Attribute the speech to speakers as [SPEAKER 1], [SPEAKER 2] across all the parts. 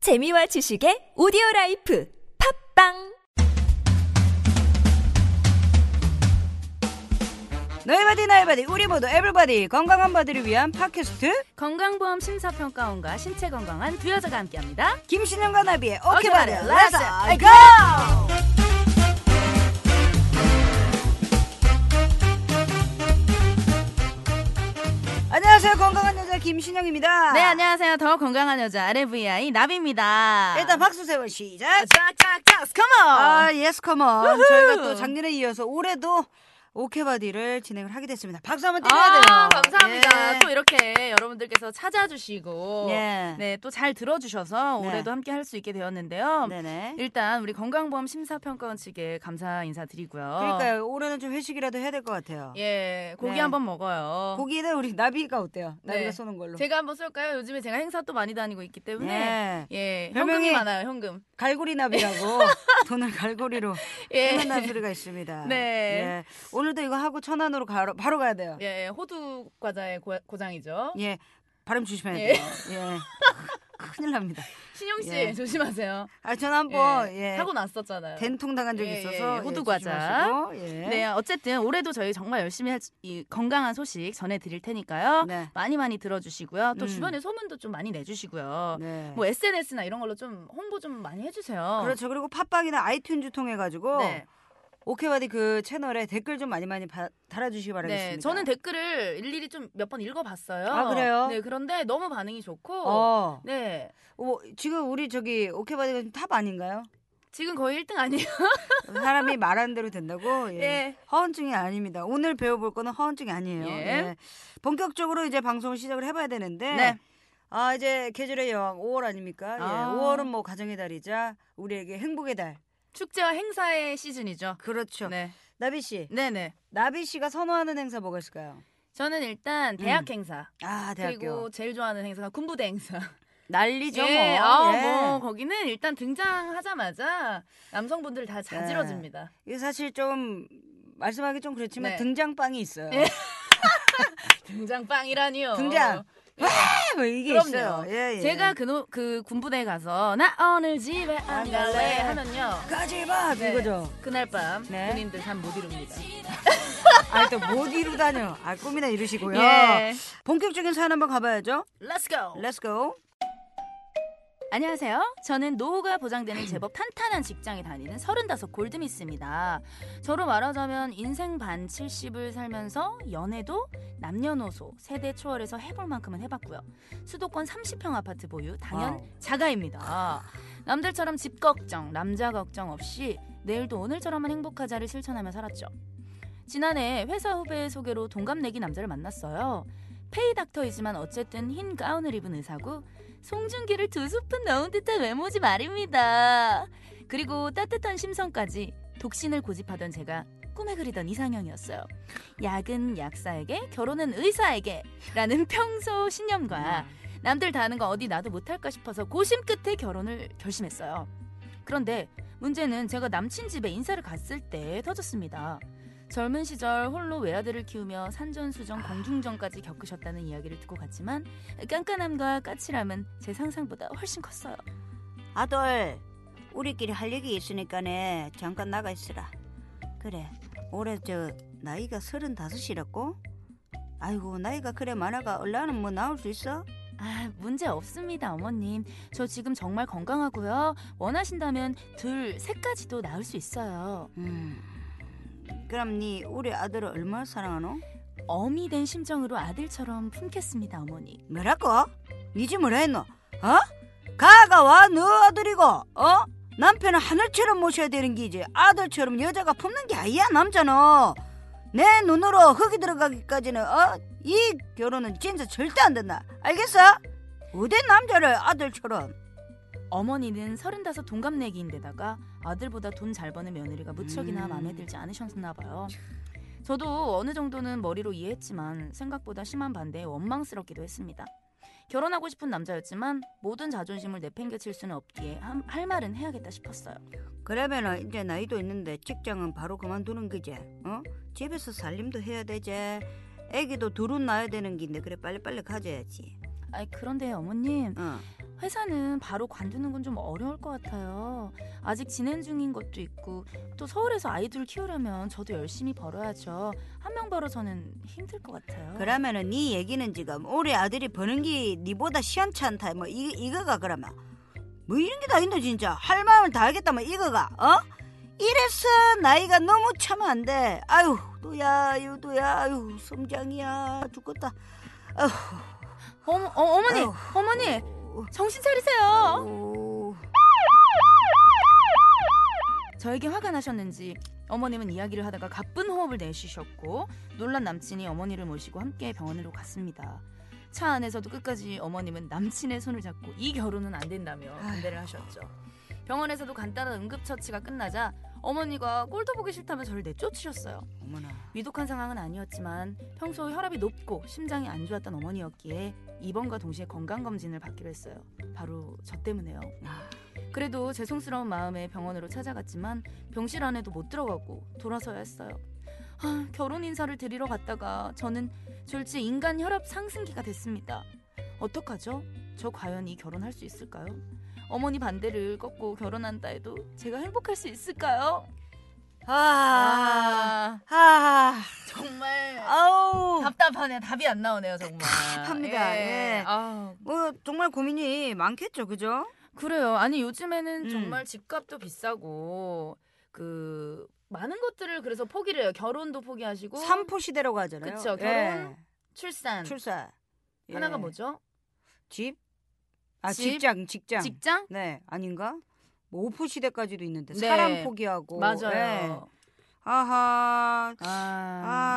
[SPEAKER 1] 재미와 지식의 오디오 라이프 팝빵
[SPEAKER 2] 너의 바디 나의 바디 우리 모두 에브리바디 건강한 바디를 위한 팟캐스트
[SPEAKER 3] 건강보험 심사평가원과 신체 건강한 두 여자가 함께합니다.
[SPEAKER 2] 김신영과 나비의
[SPEAKER 3] 오케이,
[SPEAKER 2] 오케바디
[SPEAKER 3] 바디,
[SPEAKER 2] 렛츠
[SPEAKER 3] let's
[SPEAKER 2] 고! 안녕하세요 건강한 여자 김신영입니다
[SPEAKER 3] 네, 안녕하세요. 더 건강한 여자 RVI 나비입니다.
[SPEAKER 2] 일단 박수 세워 시작
[SPEAKER 3] 짝짝짝, 컴온.
[SPEAKER 2] 아 예스 컴온 저희가 또 작년에 이어서 올해도 오케바디를 진행을 하게 됐습니다 박수 한번 드려야 아, 돼요
[SPEAKER 3] 아, 감사합니다.
[SPEAKER 2] 예.
[SPEAKER 3] 또 이렇게 여러분들께서 찾아주시고,
[SPEAKER 2] 예.
[SPEAKER 3] 네, 또 잘 들어주셔서
[SPEAKER 2] 네.
[SPEAKER 3] 올해도 함께 할 수 있게 되었는데요.
[SPEAKER 2] 네네
[SPEAKER 3] 일단 우리 건강보험 심사평가원 측에 감사 인사드리고요.
[SPEAKER 2] 그러니까요 올해는 좀 회식이라도 해야 될 것 같아요
[SPEAKER 3] 예, 고기
[SPEAKER 2] 네.
[SPEAKER 3] 한번 먹어요.
[SPEAKER 2] 고기는 우리 나비가 어때요? 나비가
[SPEAKER 3] 네.
[SPEAKER 2] 쏘는 걸로.
[SPEAKER 3] 제가 한번 쏠까요? 요즘에 제가 행사 또 많이 다니고 있기 때문에.
[SPEAKER 2] 예.
[SPEAKER 3] 예,
[SPEAKER 2] 별명이-
[SPEAKER 3] 현금이 많아요, 현금.
[SPEAKER 2] 갈고리 나비라고 돈을 갈고리로
[SPEAKER 3] 예.
[SPEAKER 2] 끝난 소리가 있습니다.
[SPEAKER 3] 네.
[SPEAKER 2] 예. 오늘도 이거 하고 천안으로 가로, 바로 가야 돼요. 예.
[SPEAKER 3] 예, 호두 과자의 고, 고장이죠.
[SPEAKER 2] 발음 조심해야
[SPEAKER 3] 예.
[SPEAKER 2] 돼요. 예. 큰일 납니다.
[SPEAKER 3] 신영 씨
[SPEAKER 2] 예.
[SPEAKER 3] 조심하세요.
[SPEAKER 2] 아, 저는 한번
[SPEAKER 3] 예,
[SPEAKER 2] 예.
[SPEAKER 3] 사고 났었잖아요.
[SPEAKER 2] 된통 당한 적이
[SPEAKER 3] 예, 예,
[SPEAKER 2] 있어서
[SPEAKER 3] 예. 호두
[SPEAKER 2] 예,
[SPEAKER 3] 과자.
[SPEAKER 2] 조심하시고, 예.
[SPEAKER 3] 네, 어쨌든 올해도 저희 정말 열심히 할, 수- 이 건강한 소식 전해드릴 테니까요.
[SPEAKER 2] 네.
[SPEAKER 3] 많이 많이 들어주시고요. 또
[SPEAKER 2] 음.
[SPEAKER 3] 주변에 소문도 좀 많이 내주시고요.
[SPEAKER 2] 네.
[SPEAKER 3] 뭐 SNS나 이런 걸로 좀 홍보 좀 많이 해주세요.
[SPEAKER 2] 그렇죠. 그리고 팟빵이나 아이튠즈 통해 가지고
[SPEAKER 3] 네,
[SPEAKER 2] 오케바디 그 채널에 댓글 좀 많이 많이 바- 달아주시기 바라겠습니다.
[SPEAKER 3] 네, 저는 댓글을 일일이 좀 몇 번 읽어봤어요.
[SPEAKER 2] 아, 그래요?
[SPEAKER 3] 네, 그런데 너무 반응이 좋고,
[SPEAKER 2] 어.
[SPEAKER 3] 네,
[SPEAKER 2] 어, 지금 우리 저기 오케바디가 지금 탑 아닌가요?
[SPEAKER 3] 지금 거의 1등 아니에요?
[SPEAKER 2] 사람이 말한 대로 된다고. 예.
[SPEAKER 3] 예.
[SPEAKER 2] 허언증이 아닙니다. 오늘 배워볼 거는 허언증이 아니에요.
[SPEAKER 3] 예.
[SPEAKER 2] 예. 본격적으로 이제 방송을 시작을 해봐야 되는데.
[SPEAKER 3] 네.
[SPEAKER 2] 아 이제 계절의 여왕 5월 아닙니까?
[SPEAKER 3] 아.
[SPEAKER 2] 예. 5월은 뭐 가정의 달이자 우리에게 행복의 달.
[SPEAKER 3] 축제와 행사의 시즌이죠.
[SPEAKER 2] 그렇죠.
[SPEAKER 3] 네,
[SPEAKER 2] 나비 씨,
[SPEAKER 3] 네, 네.
[SPEAKER 2] 나비 씨가 선호하는 행사 뭐가 있을까요?
[SPEAKER 3] 저는 일단 대학 행사
[SPEAKER 2] 아 대학교.
[SPEAKER 3] 그리고 제일 좋아하는 행사가 군부대 행사.
[SPEAKER 2] 난리죠
[SPEAKER 3] 예,
[SPEAKER 2] 뭐.
[SPEAKER 3] 아,
[SPEAKER 2] 예.
[SPEAKER 3] 뭐 거기는 일단 등장하자마자 남성분들 다 자지러집니다.
[SPEAKER 2] 이게 사실 좀 말씀하기 좀 그렇지만
[SPEAKER 3] 네.
[SPEAKER 2] 등장빵이 있어요.
[SPEAKER 3] 예. 등장빵이라니요.
[SPEAKER 2] 등장. 뭐 이게
[SPEAKER 3] 어, 예. 그럼요.
[SPEAKER 2] 있어요. 예, 예.
[SPEAKER 3] 제가 그, 노- 그 군부대에 가서 나 오늘 집에 안 갈래 하면요.
[SPEAKER 2] 까지마
[SPEAKER 3] 네,
[SPEAKER 2] 이거죠.
[SPEAKER 3] 그날 밤
[SPEAKER 2] 네.
[SPEAKER 3] 군인들 잠 못 이룹니다.
[SPEAKER 2] 아니 또못 이루다뇨. 아 꿈이나 이루시고요.
[SPEAKER 3] 예.
[SPEAKER 2] 본격적인 사연 한번 가봐야죠.
[SPEAKER 3] Let's go.
[SPEAKER 2] Let's go.
[SPEAKER 3] 안녕하세요. 저는 노후가 보장되는 제법 탄탄한 직장에 다니는 35 골드미스입니다. 저로 말하자면 인생 반 70을 살면서 연애도 남녀노소 세대 초월해서 해볼 만큼은 해봤고요. 수도권 30평 아파트 보유 당연
[SPEAKER 2] 와우.
[SPEAKER 3] 자가입니다. 남들처럼 집 걱정, 남자 걱정 없이 내일도 오늘처럼만 행복하자를 실천하며 살았죠. 지난해 회사 후배의 소개로 동갑내기 남자를 만났어요. 페이 닥터이지만 어쨌든 흰 가운을 입은 의사고 송중기를 두 스푼 넣은 듯한 외모지 말입니다. 그리고 따뜻한 심성까지 독신을 고집하던 제가 꿈에 그리던 이상형이었어요. 약은 약사에게, 결혼은 의사에게 라는 평소 신념과 남들 다 하는 거 어디 나도 못할까 싶어서 고심 끝에 결혼을 결심했어요. 그런데 문제는 제가 남친 집에 인사를 갔을 때 터졌습니다. 젊은 시절 홀로 외아들을 키우며 산전수전 공중전까지 겪으셨다는 이야기를 듣고 갔지만 깐깐함과 까칠함은 제 상상보다 훨씬 컸어요.
[SPEAKER 2] 아들, 우리끼리 할 얘기 있으니까네 잠깐 나가 있으라. 그래, 올해 저 나이가 서른다섯이라고? 아이고 나이가 그래 많아가 얼마는 뭐 나올 수 있어?
[SPEAKER 3] 아, 문제 없습니다, 어머님. 저 지금 정말 건강하고요. 원하신다면 둘, 셋까지도 나을 수 있어요.
[SPEAKER 2] 음. 그럼 네 우리 아들을 얼마나 사랑하노?
[SPEAKER 3] 어미 된 심정으로 아들처럼 품겠습니다, 어머니.
[SPEAKER 2] 뭐라고? 니지 뭐라 했노? 어? 가가 와 너 아들이고 어? 남편은 하늘처럼 모셔야 되는 기지 아들처럼 여자가 품는 게 아니야 남자는 내 눈으로 흙이 들어가기까지는 어? 이 결혼은 진짜 절대 안 된다 알겠어? 어디 남자를 아들처럼
[SPEAKER 3] 어머니는 서른다섯 동갑내기인데다가 아들보다 돈 잘 버는 며느리가 무척이나
[SPEAKER 2] 음.
[SPEAKER 3] 마음에 들지 않으셨나 봐요. 저도 어느 정도는 머리로 이해했지만 생각보다 심한 반대에 원망스럽기도 했습니다. 결혼하고 싶은 남자였지만 모든 자존심을 내팽개칠 수는 없기에 함- 할 말은 해야겠다 싶었어요.
[SPEAKER 2] 그러면은 이제 나이도 있는데 직장은 바로 그만두는 거지 어? 집에서 살림도 해야 되지 애기도 둘은 낳아야 되는 긴데 그래 빨리빨리 가져야지
[SPEAKER 3] 아이 그런데 어머님
[SPEAKER 2] 어.
[SPEAKER 3] 회사는 바로 관두는 건 좀 어려울 것 같아요. 아직 진행 중인 것도 있고 또 서울에서 아이들을 키우려면 저도 열심히 벌어야죠. 한 명 벌어서는 힘들 것 같아요.
[SPEAKER 2] 그러면은 네 얘기는 지금 우리 아들이 버는 게 니보다 시원찮다 뭐 이, 이거가 그러면 뭐 이런 게 다 있노 진짜 할 마음을 다 하겠다 뭐 이거가 어? 이래서 나이가 너무 차면 안돼 아유 또야 아유 또야 아유 성장이야 죽겠다
[SPEAKER 3] 어머, 어, 머니
[SPEAKER 2] 아유.
[SPEAKER 3] 어머니, 정신 차리세요.
[SPEAKER 2] 오,
[SPEAKER 3] 저에게 화가 나셨는지 어머님은 이야기를 하다가 가쁜 호흡을 내쉬셨고 놀란 남친이 어머니를 모시고 함께 병원으로 갔습니다. 차 안에서도 끝까지 어머님은 남친의 손을 잡고 이 결혼은 안 된다며 반대를 하셨죠. 병원에서도 간단한 응급처치가 끝나자 어머니가 꼴도 보기 싫다며 저를 내쫓으셨어요.
[SPEAKER 2] 어머나
[SPEAKER 3] 위독한 상황은 아니었지만 평소 혈압이 높고 심장이 안 좋았던 어머니였기에 입원과 동시에 건강검진을 받기로 했어요. 바로 저 때문에요. 그래도 죄송스러운 마음에 병원으로 찾아갔지만 병실 안에도 못 들어가고 돌아서야 했어요. 아, 결혼 인사를 드리러 갔다가 저는 졸지 인간 혈압 상승기가 됐습니다. 어떡하죠? 저 과연 이 결혼할 수 있을까요? 어머니 반대를 꺾고 결혼한다 해도 제가 행복할 수 있을까요?
[SPEAKER 2] 아,
[SPEAKER 3] 아,
[SPEAKER 2] 아,
[SPEAKER 3] 정말
[SPEAKER 2] 아우
[SPEAKER 3] 답답하네요. 답이 안 나오네요, 정말.
[SPEAKER 2] 답답합니다. 예.
[SPEAKER 3] 아우.
[SPEAKER 2] 뭐 정말 고민이 많겠죠 그죠?
[SPEAKER 3] 그래요. 아니 요즘에는
[SPEAKER 2] 음.
[SPEAKER 3] 정말 집값도 비싸고 그 많은 것들을 그래서 포기를 해요. 결혼도 포기하시고
[SPEAKER 2] 삼포 시대라고 하잖아요
[SPEAKER 3] 어?
[SPEAKER 2] 예.
[SPEAKER 3] 그쵸, 결혼, 출산.
[SPEAKER 2] 출산
[SPEAKER 3] 하나가
[SPEAKER 2] 예.
[SPEAKER 3] 뭐죠?
[SPEAKER 2] 집? 아
[SPEAKER 3] 집?
[SPEAKER 2] 직장 직장
[SPEAKER 3] 직장?
[SPEAKER 2] 네 아닌가? 뭐 오프 시대까지도 있는데
[SPEAKER 3] 네.
[SPEAKER 2] 사람 포기하고 네.
[SPEAKER 3] 맞아요.
[SPEAKER 2] 아하
[SPEAKER 3] 아.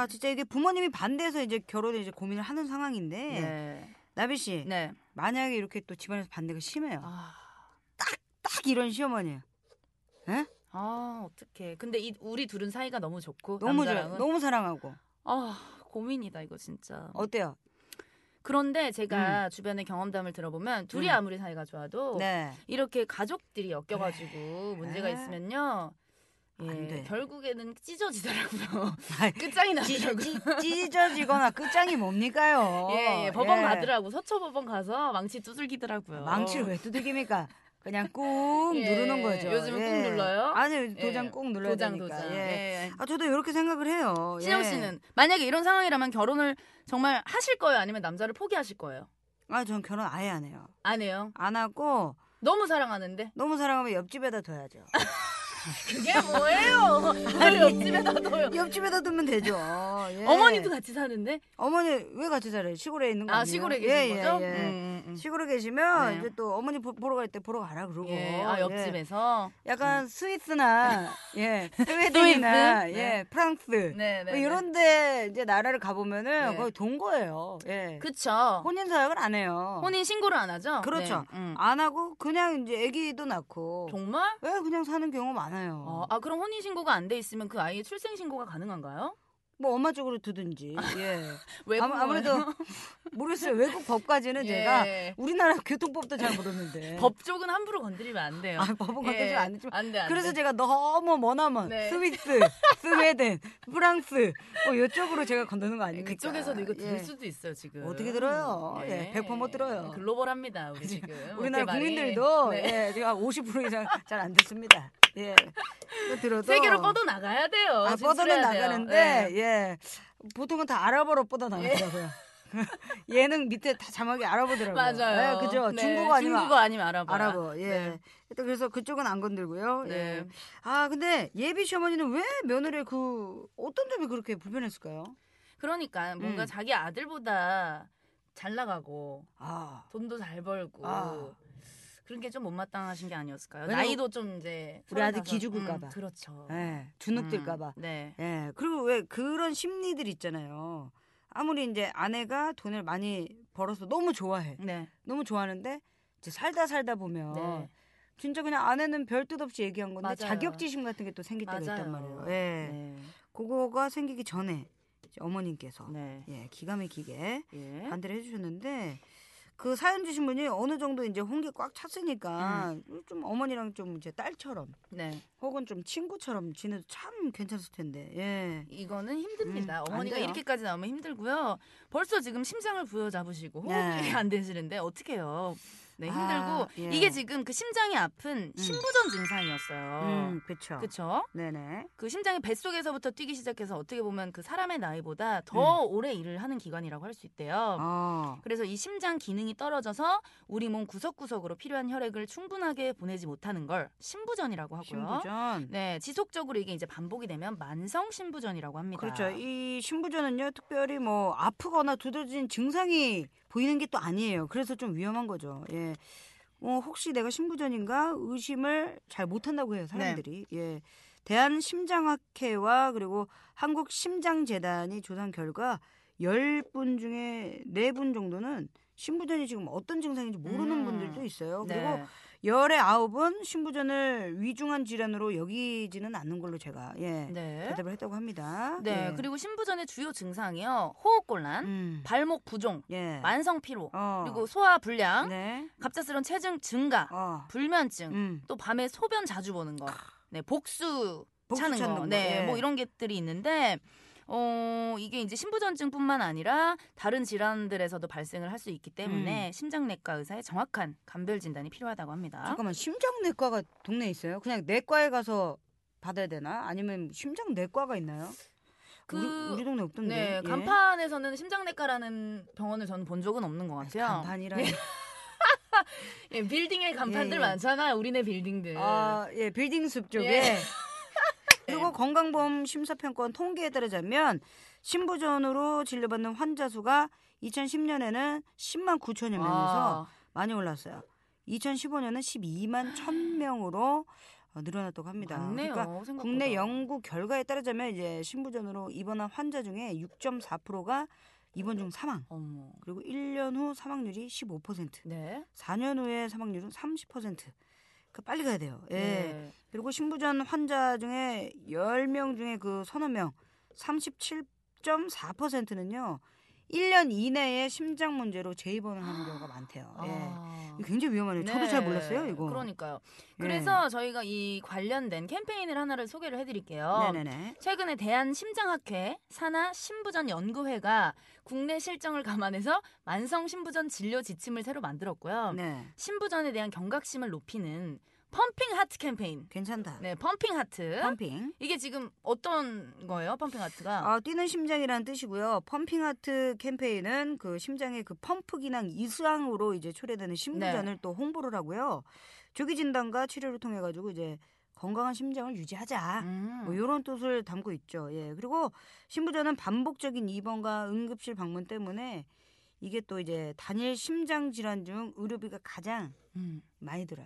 [SPEAKER 2] 아 진짜 이게 부모님이 반대해서 이제 결혼에 이제 고민을 하는 상황인데
[SPEAKER 3] 네.
[SPEAKER 2] 나비 씨
[SPEAKER 3] 네.
[SPEAKER 2] 만약에 이렇게 또 집안에서 반대가 심해요
[SPEAKER 3] 아. 그
[SPEAKER 2] 딱 이런 시어머니
[SPEAKER 3] 아, 어떡해. 근데 이 우리 둘은 사이가 너무 좋고
[SPEAKER 2] 너무 좋아요
[SPEAKER 3] 남자랑은
[SPEAKER 2] 너무 사랑하고
[SPEAKER 3] 아, 고민이다 이거 진짜.
[SPEAKER 2] 어때요?
[SPEAKER 3] 그런데 제가 주변의 경험담을 들어보면 둘이
[SPEAKER 2] 음.
[SPEAKER 3] 아무리 사이가 좋아도
[SPEAKER 2] 네
[SPEAKER 3] 이렇게 가족들이 엮여가지고 문제가
[SPEAKER 2] 에이.
[SPEAKER 3] 있으면요. 예,
[SPEAKER 2] 네. 안 돼.
[SPEAKER 3] 결국에는 찢어지더라고요.
[SPEAKER 2] 아이,
[SPEAKER 3] 끝장이
[SPEAKER 2] 찢-
[SPEAKER 3] 나더라고요.
[SPEAKER 2] 찢- 찢어지거나 끝장이 뭡니까요?
[SPEAKER 3] 예, 예, 법원
[SPEAKER 2] 예.
[SPEAKER 3] 가더라고. 서초법원 가서 망치 두들기더라고요.
[SPEAKER 2] 망치를 왜 두들깁니까? 그냥 꾹
[SPEAKER 3] 어. 예,
[SPEAKER 2] 누르는 거죠.
[SPEAKER 3] 요즘은 꾹 눌러요?
[SPEAKER 2] 아니
[SPEAKER 3] 예,
[SPEAKER 2] 도장 꾹 눌러야
[SPEAKER 3] 도장,
[SPEAKER 2] 되니까.
[SPEAKER 3] 도장.
[SPEAKER 2] 예.
[SPEAKER 3] 예.
[SPEAKER 2] 아 저도 이렇게 생각을 해요.
[SPEAKER 3] 신영
[SPEAKER 2] 예.
[SPEAKER 3] 씨는 만약에 이런 상황이라면 결혼을 정말 하실 거예요? 아니면 남자를 포기하실 거예요?
[SPEAKER 2] 아전 결혼 아예 안 해요.
[SPEAKER 3] 안 해요.
[SPEAKER 2] 안 하고
[SPEAKER 3] 너무 사랑하는데.
[SPEAKER 2] 너무 사랑하면 옆집에다 둬야죠.
[SPEAKER 3] 그게 뭐예요? 그걸 옆집에다 둬요.
[SPEAKER 2] 옆집에다 두면 되죠. 예.
[SPEAKER 3] 어머니도 같이 사는데.
[SPEAKER 2] 어머니 왜 같이 살아요? 시골에 있는 거
[SPEAKER 3] 아
[SPEAKER 2] 아니에요?
[SPEAKER 3] 시골에 계신
[SPEAKER 2] 예,
[SPEAKER 3] 거죠?
[SPEAKER 2] 예, 예.
[SPEAKER 3] 음, 음, 음.
[SPEAKER 2] 시골에 계시면
[SPEAKER 3] 네.
[SPEAKER 2] 이제 또 어머니 보, 보러 갈 때 보러 가라 그러고.
[SPEAKER 3] 예, 아 옆집에서. 음.
[SPEAKER 2] 예. 약간 스위스나 예 스웨덴이나
[SPEAKER 3] 스위스?
[SPEAKER 2] 예 프랑스
[SPEAKER 3] 네, 네.
[SPEAKER 2] 뭐 이런데 이제 나라를 가보면은
[SPEAKER 3] 네.
[SPEAKER 2] 거의 동거예요. 예.
[SPEAKER 3] 그쵸.
[SPEAKER 2] 혼인 사역을 안 해요.
[SPEAKER 3] 혼인 신고를 안 하죠?
[SPEAKER 2] 어. 그렇죠.
[SPEAKER 3] 네, 음.
[SPEAKER 2] 안 하고 그냥 이제 아기도 낳고
[SPEAKER 3] 정말?
[SPEAKER 2] 왜 그냥 사는 경우 많아요.
[SPEAKER 3] 어, 아 그럼 혼인 신고가 안 돼 있으면 그 아이의 출생 신고가 가능한가요?
[SPEAKER 2] 뭐 엄마 쪽으로 두든지. 예.
[SPEAKER 3] 왜 예.
[SPEAKER 2] 아무- 아무래도 모르겠어요. 외국 법까지는 제가 우리나라 교통법도 잘 모르는데.
[SPEAKER 3] 네. 법 쪽은 함부로 건드리면 안 돼요. 예.
[SPEAKER 2] 아, 법은 건들지 안 되지만.
[SPEAKER 3] 안돼 안돼.
[SPEAKER 2] 그래서 제가 너무 머나먼
[SPEAKER 3] 네.
[SPEAKER 2] 스위스, 스웨덴, 프랑스 뭐 이쪽으로 제가 건드는 거 아닙니까?
[SPEAKER 3] 네, 그쪽에서도 이거 들을
[SPEAKER 2] 예.
[SPEAKER 3] 수도 있어요 지금. 음. 네,
[SPEAKER 2] 어떻게 들어요? 예, 100%못 들어요.
[SPEAKER 3] 글로벌합니다 우리 지금.
[SPEAKER 2] 우리나라
[SPEAKER 3] 어깨 많이.
[SPEAKER 2] 국민들도
[SPEAKER 3] 네.
[SPEAKER 2] 예, 제가 50% 이상 잘 안 듣습니다. 예. 이거 들어도
[SPEAKER 3] 세계로 뻗어 나가야 돼요.
[SPEAKER 2] 아, 뻗어는
[SPEAKER 3] 진출해야 돼요.
[SPEAKER 2] 나가는데
[SPEAKER 3] 네.
[SPEAKER 2] 예. 보통은 다 아랍어로 뻗어 나가더라고요. 예능 밑에 다 자막이
[SPEAKER 3] 네.
[SPEAKER 2] 아랍어더라고요.
[SPEAKER 3] 맞아요.
[SPEAKER 2] 예, 그죠?
[SPEAKER 3] 네,
[SPEAKER 2] 중국어 아니면
[SPEAKER 3] 중국어 아니면 아랍어.
[SPEAKER 2] 아랍어. 예.
[SPEAKER 3] 네.
[SPEAKER 2] 일단 그래서 그쪽은 안 건들고요.
[SPEAKER 3] 네.
[SPEAKER 2] 예. 아, 근데 예비 시어머니는 왜 며느리 그 어떤 점이 그렇게 불편했을까요?
[SPEAKER 3] 그러니까 뭔가
[SPEAKER 2] 음.
[SPEAKER 3] 자기 아들보다 잘 나가고
[SPEAKER 2] 아.
[SPEAKER 3] 돈도 잘 벌고
[SPEAKER 2] 아.
[SPEAKER 3] 그런 게 좀 못마땅하신 게 아니었을까요?
[SPEAKER 2] 왜냐면
[SPEAKER 3] 나이도 좀 이제
[SPEAKER 2] 우리 아들
[SPEAKER 3] 서른다섯,
[SPEAKER 2] 기죽을까 봐.
[SPEAKER 3] 음, 그렇죠.
[SPEAKER 2] 예. 주눅들까 봐.
[SPEAKER 3] 음, 네.
[SPEAKER 2] 예. 그리고 왜 그런 심리들 있잖아요. 아무리 이제 아내가 돈을 많이 벌어서 너무 좋아해.
[SPEAKER 3] 네.
[SPEAKER 2] 너무 좋아하는데 이제 살다 살다 보면
[SPEAKER 3] 네.
[SPEAKER 2] 진짜 그냥 아내는 별뜻 없이 얘기한 건데
[SPEAKER 3] 맞아요.
[SPEAKER 2] 자격지심 같은 게 또 생길 때가
[SPEAKER 3] 맞아요.
[SPEAKER 2] 있단 말이에요. 예.
[SPEAKER 3] 네.
[SPEAKER 2] 그거가 생기기 전에 이제 어머님께서
[SPEAKER 3] 네.
[SPEAKER 2] 예, 기가 막히게
[SPEAKER 3] 예.
[SPEAKER 2] 반대를 해주셨는데 그 사연 주신 분이 어느 정도 이제 홍기 꽉 찼으니까
[SPEAKER 3] 음.
[SPEAKER 2] 음, 좀 어머니랑 좀 이제 딸처럼
[SPEAKER 3] 네.
[SPEAKER 2] 혹은 좀 친구처럼 지내도 참 괜찮을 텐데 예.
[SPEAKER 3] 이거는 힘듭니다.
[SPEAKER 2] 음, 안
[SPEAKER 3] 어머니가
[SPEAKER 2] 돼요.
[SPEAKER 3] 이렇게까지 나오면 힘들고요. 벌써 지금 심장을 부여잡으시고 호흡이
[SPEAKER 2] 네.
[SPEAKER 3] 안 되시는데 어떻게 해요? 네,
[SPEAKER 2] 아,
[SPEAKER 3] 힘들고
[SPEAKER 2] 예.
[SPEAKER 3] 이게 지금 그 심장이 아픈 심부전 증상이었어요.
[SPEAKER 2] 음, 그쵸.
[SPEAKER 3] 그쵸?
[SPEAKER 2] 네네.
[SPEAKER 3] 그 심장이 뱃속에서부터 뛰기 시작해서 어떻게 보면 그 사람의 나이보다 더
[SPEAKER 2] 음.
[SPEAKER 3] 오래 일을 하는 기관이라고 할 수 있대요.
[SPEAKER 2] 어.
[SPEAKER 3] 그래서 이 심장 기능이 떨어져서 우리 몸 구석구석으로 필요한 혈액을 충분하게 보내지 못하는 걸 심부전이라고 하고요.
[SPEAKER 2] 신부전.
[SPEAKER 3] 네, 지속적으로 이게 이제 반복이 되면 만성 심부전이라고 합니다.
[SPEAKER 2] 그렇죠. 이 신부전은요, 특별히 뭐 아프거나 두드러진 증상이 보이는 게 또 아니에요. 그래서 좀 위험한 거죠. 예. 어, 혹시 내가 신부전인가 의심을 잘 못한다고
[SPEAKER 3] 네.
[SPEAKER 2] 해요 사람들이. 예. 대한심장학회와 그리고 한국심장재단이 조사한 결과 10분 중에 4분 정도는 신부전이 지금 어떤 증상인지 모르는
[SPEAKER 3] 음.
[SPEAKER 2] 분들도 있어요. 그리고
[SPEAKER 3] 네.
[SPEAKER 2] 열의 아홉은 신부전을 위중한 질환으로 여기지는 않는 걸로 제가 예
[SPEAKER 3] 네.
[SPEAKER 2] 대답을 했다고 합니다.
[SPEAKER 3] 네,
[SPEAKER 2] 예.
[SPEAKER 3] 그리고 심부전의 주요 증상이요. 호흡곤란,
[SPEAKER 2] 음.
[SPEAKER 3] 발목 부종,
[SPEAKER 2] 예.
[SPEAKER 3] 만성 피로,
[SPEAKER 2] 어.
[SPEAKER 3] 그리고 소화 불량,
[SPEAKER 2] 네.
[SPEAKER 3] 갑작스런 체중 증가,
[SPEAKER 2] 어.
[SPEAKER 3] 불면증,
[SPEAKER 2] 음.
[SPEAKER 3] 또 밤에 소변 자주 보는 거, 네 복수,
[SPEAKER 2] 복수
[SPEAKER 3] 차는
[SPEAKER 2] 찾는
[SPEAKER 3] 거,
[SPEAKER 2] 거,
[SPEAKER 3] 네,
[SPEAKER 2] 예.
[SPEAKER 3] 뭐 이런 것들이 있는데. 어 이게 이제 신부전증뿐만 아니라 다른 질환들에서도 발생을 할 수 있기
[SPEAKER 2] 음.
[SPEAKER 3] 때문에 심장내과 의사의 정확한 감별 진단이 필요하다고 합니다.
[SPEAKER 2] 잠깐만 심장내과가 동네에 있어요? 그냥 내과에 가서 받아야 되나? 아니면 심장내과가 있나요?
[SPEAKER 3] 그-
[SPEAKER 2] 우리, 우리 동네 없던데.
[SPEAKER 3] 네,
[SPEAKER 2] 예.
[SPEAKER 3] 간판에서는 심장내과라는 병원을 저는 본 적은 없는 것
[SPEAKER 2] 아,
[SPEAKER 3] 같아요. 네,
[SPEAKER 2] 간판이라.
[SPEAKER 3] 예, 빌딩에 간판들
[SPEAKER 2] 예, 예.
[SPEAKER 3] 많잖아, 우리네 빌딩들.
[SPEAKER 2] 아, 예, 빌딩 숲 쪽에.
[SPEAKER 3] 예. 네.
[SPEAKER 2] 그리고 건강보험 심사평가원 통계에 따르자면 신부전으로 진료받는 환자 수가 2010년에는 10만 9천여 명에서
[SPEAKER 3] 아,
[SPEAKER 2] 많이 올랐어요. 2015년은 12만 1,000명으로 늘어났다고 합니다.
[SPEAKER 3] 많네요.
[SPEAKER 2] 그러니까
[SPEAKER 3] 생각보다.
[SPEAKER 2] 국내 연구 결과에 따르자면 이제 신부전으로 입원한 환자 중에 6.4%가 입원 중 사망,
[SPEAKER 3] 어머.
[SPEAKER 2] 그리고 1년 후 사망률이 15%,
[SPEAKER 3] 네.
[SPEAKER 2] 4년 후에 사망률은 30%. 그 빨리 가야 돼요. 예.
[SPEAKER 3] 네.
[SPEAKER 2] 그리고 신부전 환자 중에 10명 중에 그 서너 명 37.4%는요. 1년 이내에 심장 문제로 재입원을 하는 경우가 많대요. 예.
[SPEAKER 3] 아.
[SPEAKER 2] 이거 굉장히 위험하네요. 저도
[SPEAKER 3] 네.
[SPEAKER 2] 잘 몰랐어요, 이거.
[SPEAKER 3] 그러니까요.
[SPEAKER 2] 예.
[SPEAKER 3] 그래서 저희가 이 관련된 캠페인을 하나를 소개를 해드릴게요.
[SPEAKER 2] 네네네.
[SPEAKER 3] 최근에 대한심장학회 산하 신부전 연구회가 국내 실정을 감안해서 만성 신부전 진료 지침을 새로 만들었고요.
[SPEAKER 2] 네.
[SPEAKER 3] 신부전에 대한 경각심을 높이는 펌핑 하트 캠페인.
[SPEAKER 2] 괜찮다.
[SPEAKER 3] 네, 펌핑 하트.
[SPEAKER 2] 펌핑.
[SPEAKER 3] 이게 지금 어떤 거예요? 펌핑 하트가?
[SPEAKER 2] 아, 뛰는 심장이라는 뜻이고요. 펌핑 하트 캠페인은 그 심장의 그 펌프 기능 이상으로 이제 초래되는 심부전을
[SPEAKER 3] 네.
[SPEAKER 2] 또 홍보를 하고요. 조기 진단과 치료를 통해 가지고 이제 건강한 심장을 유지하자.
[SPEAKER 3] 음.
[SPEAKER 2] 뭐 이런 뜻을 담고 있죠. 예. 그리고 신부전은 반복적인 입원과 응급실 방문 때문에 이게 또 이제 단일 심장 질환 중 의료비가 가장
[SPEAKER 3] 음.
[SPEAKER 2] 많이 들어요.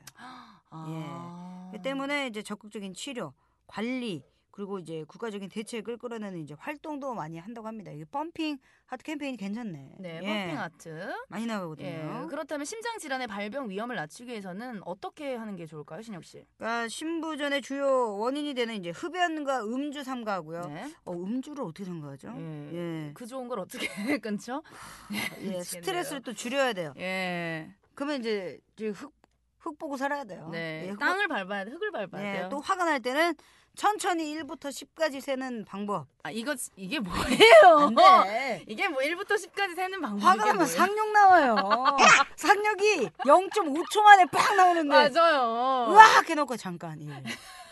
[SPEAKER 3] 아.
[SPEAKER 2] 그 때문에 이제 적극적인 치료, 관리 그리고 이제 국가적인 대책을 끌어내는 이제 활동도 많이 한다고 합니다. 이게 펌핑 하트 캠페인이 괜찮네.
[SPEAKER 3] 네,
[SPEAKER 2] 예.
[SPEAKER 3] 펌핑 아트.
[SPEAKER 2] 많이 나가거든요.
[SPEAKER 3] 예. 그렇다면 심장 질환의 발병 위험을 낮추기 위해서는 어떻게 하는 게 좋을까요, 신혁 씨?
[SPEAKER 2] 그러니까 신부전의 주요 원인이 되는 이제 흡연과 음주 삼가하고요.
[SPEAKER 3] 네.
[SPEAKER 2] 어, 음주를 어떻게 삼가하죠?
[SPEAKER 3] 예.
[SPEAKER 2] 예.
[SPEAKER 3] 그 좋은 걸 어떻게 끊죠?
[SPEAKER 2] 예,
[SPEAKER 3] 미치겠네요.
[SPEAKER 2] 스트레스를 또 줄여야 돼요.
[SPEAKER 3] 예.
[SPEAKER 2] 그러면 이제 이제 흙, 흙 보고 살아야 돼요.
[SPEAKER 3] 네.
[SPEAKER 2] 예, 흙
[SPEAKER 3] 땅을 밟아야 돼. 흙을
[SPEAKER 2] 보-
[SPEAKER 3] 밟아야
[SPEAKER 2] 예,
[SPEAKER 3] 돼요.
[SPEAKER 2] 또 화가 날 때는 천천히 1부터 10까지 세는 방법.
[SPEAKER 3] 아, 이거 이게 뭐예요?
[SPEAKER 2] 안 돼.
[SPEAKER 3] 이게 뭐 1부터 10까지 세는 어, 방법이
[SPEAKER 2] 화가 나면 상력 나와요. 상력이 0.5초 만에 빡 나오는데.
[SPEAKER 3] 맞아요.
[SPEAKER 2] 으악! 해놓고 잠깐. 예.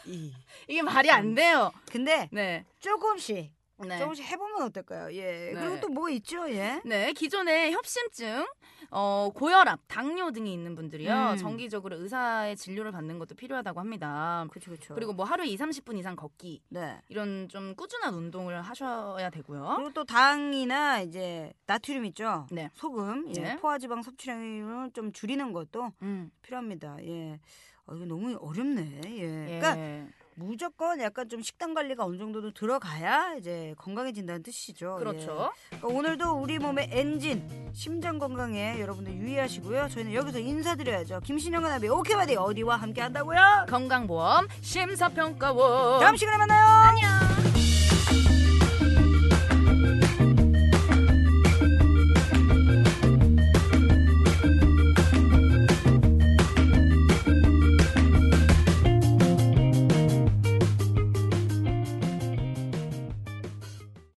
[SPEAKER 2] 이.
[SPEAKER 3] 이게 말이 안 돼요.
[SPEAKER 2] 근데
[SPEAKER 3] 네.
[SPEAKER 2] 조금씩,
[SPEAKER 3] 네.
[SPEAKER 2] 조금씩 해보면 어떨까요? 예.
[SPEAKER 3] 네.
[SPEAKER 2] 그리고 또 뭐가 있죠? 예.
[SPEAKER 3] 네, 기존에 협심증, 어, 고혈압, 당뇨 등이 있는 분들이요.
[SPEAKER 2] 음.
[SPEAKER 3] 정기적으로 의사의 진료를 받는 것도 필요하다고 합니다.
[SPEAKER 2] 그렇죠, 그렇죠.
[SPEAKER 3] 그리고 뭐 하루에 2, 30분 이상 걷기
[SPEAKER 2] 네.
[SPEAKER 3] 이런 좀 꾸준한 운동을 하셔야 되고요.
[SPEAKER 2] 그리고 또 당이나 이제 나트륨 있죠.
[SPEAKER 3] 어? 네.
[SPEAKER 2] 소금, 예.
[SPEAKER 3] 네.
[SPEAKER 2] 포화지방 섭취량을 좀 줄이는 것도
[SPEAKER 3] 음.
[SPEAKER 2] 필요합니다. 예. 어, 이거 너무 어렵네. 예.
[SPEAKER 3] 예.
[SPEAKER 2] 그러니까 무조건 약간 좀 식단 관리가 어느 정도도 들어가야 이제 건강해진다는 뜻이죠.
[SPEAKER 3] 그렇죠.
[SPEAKER 2] 예. 그러니까 오늘도 우리 몸의 엔진, 심장 건강에 여러분들 유의하시고요. 저희는 여기서 인사드려야죠. 김신영과 나비 오케바디 어디와 함께 한다고요?
[SPEAKER 3] 건강보험 심사평가원
[SPEAKER 2] 다음 시간에 만나요. 안녕.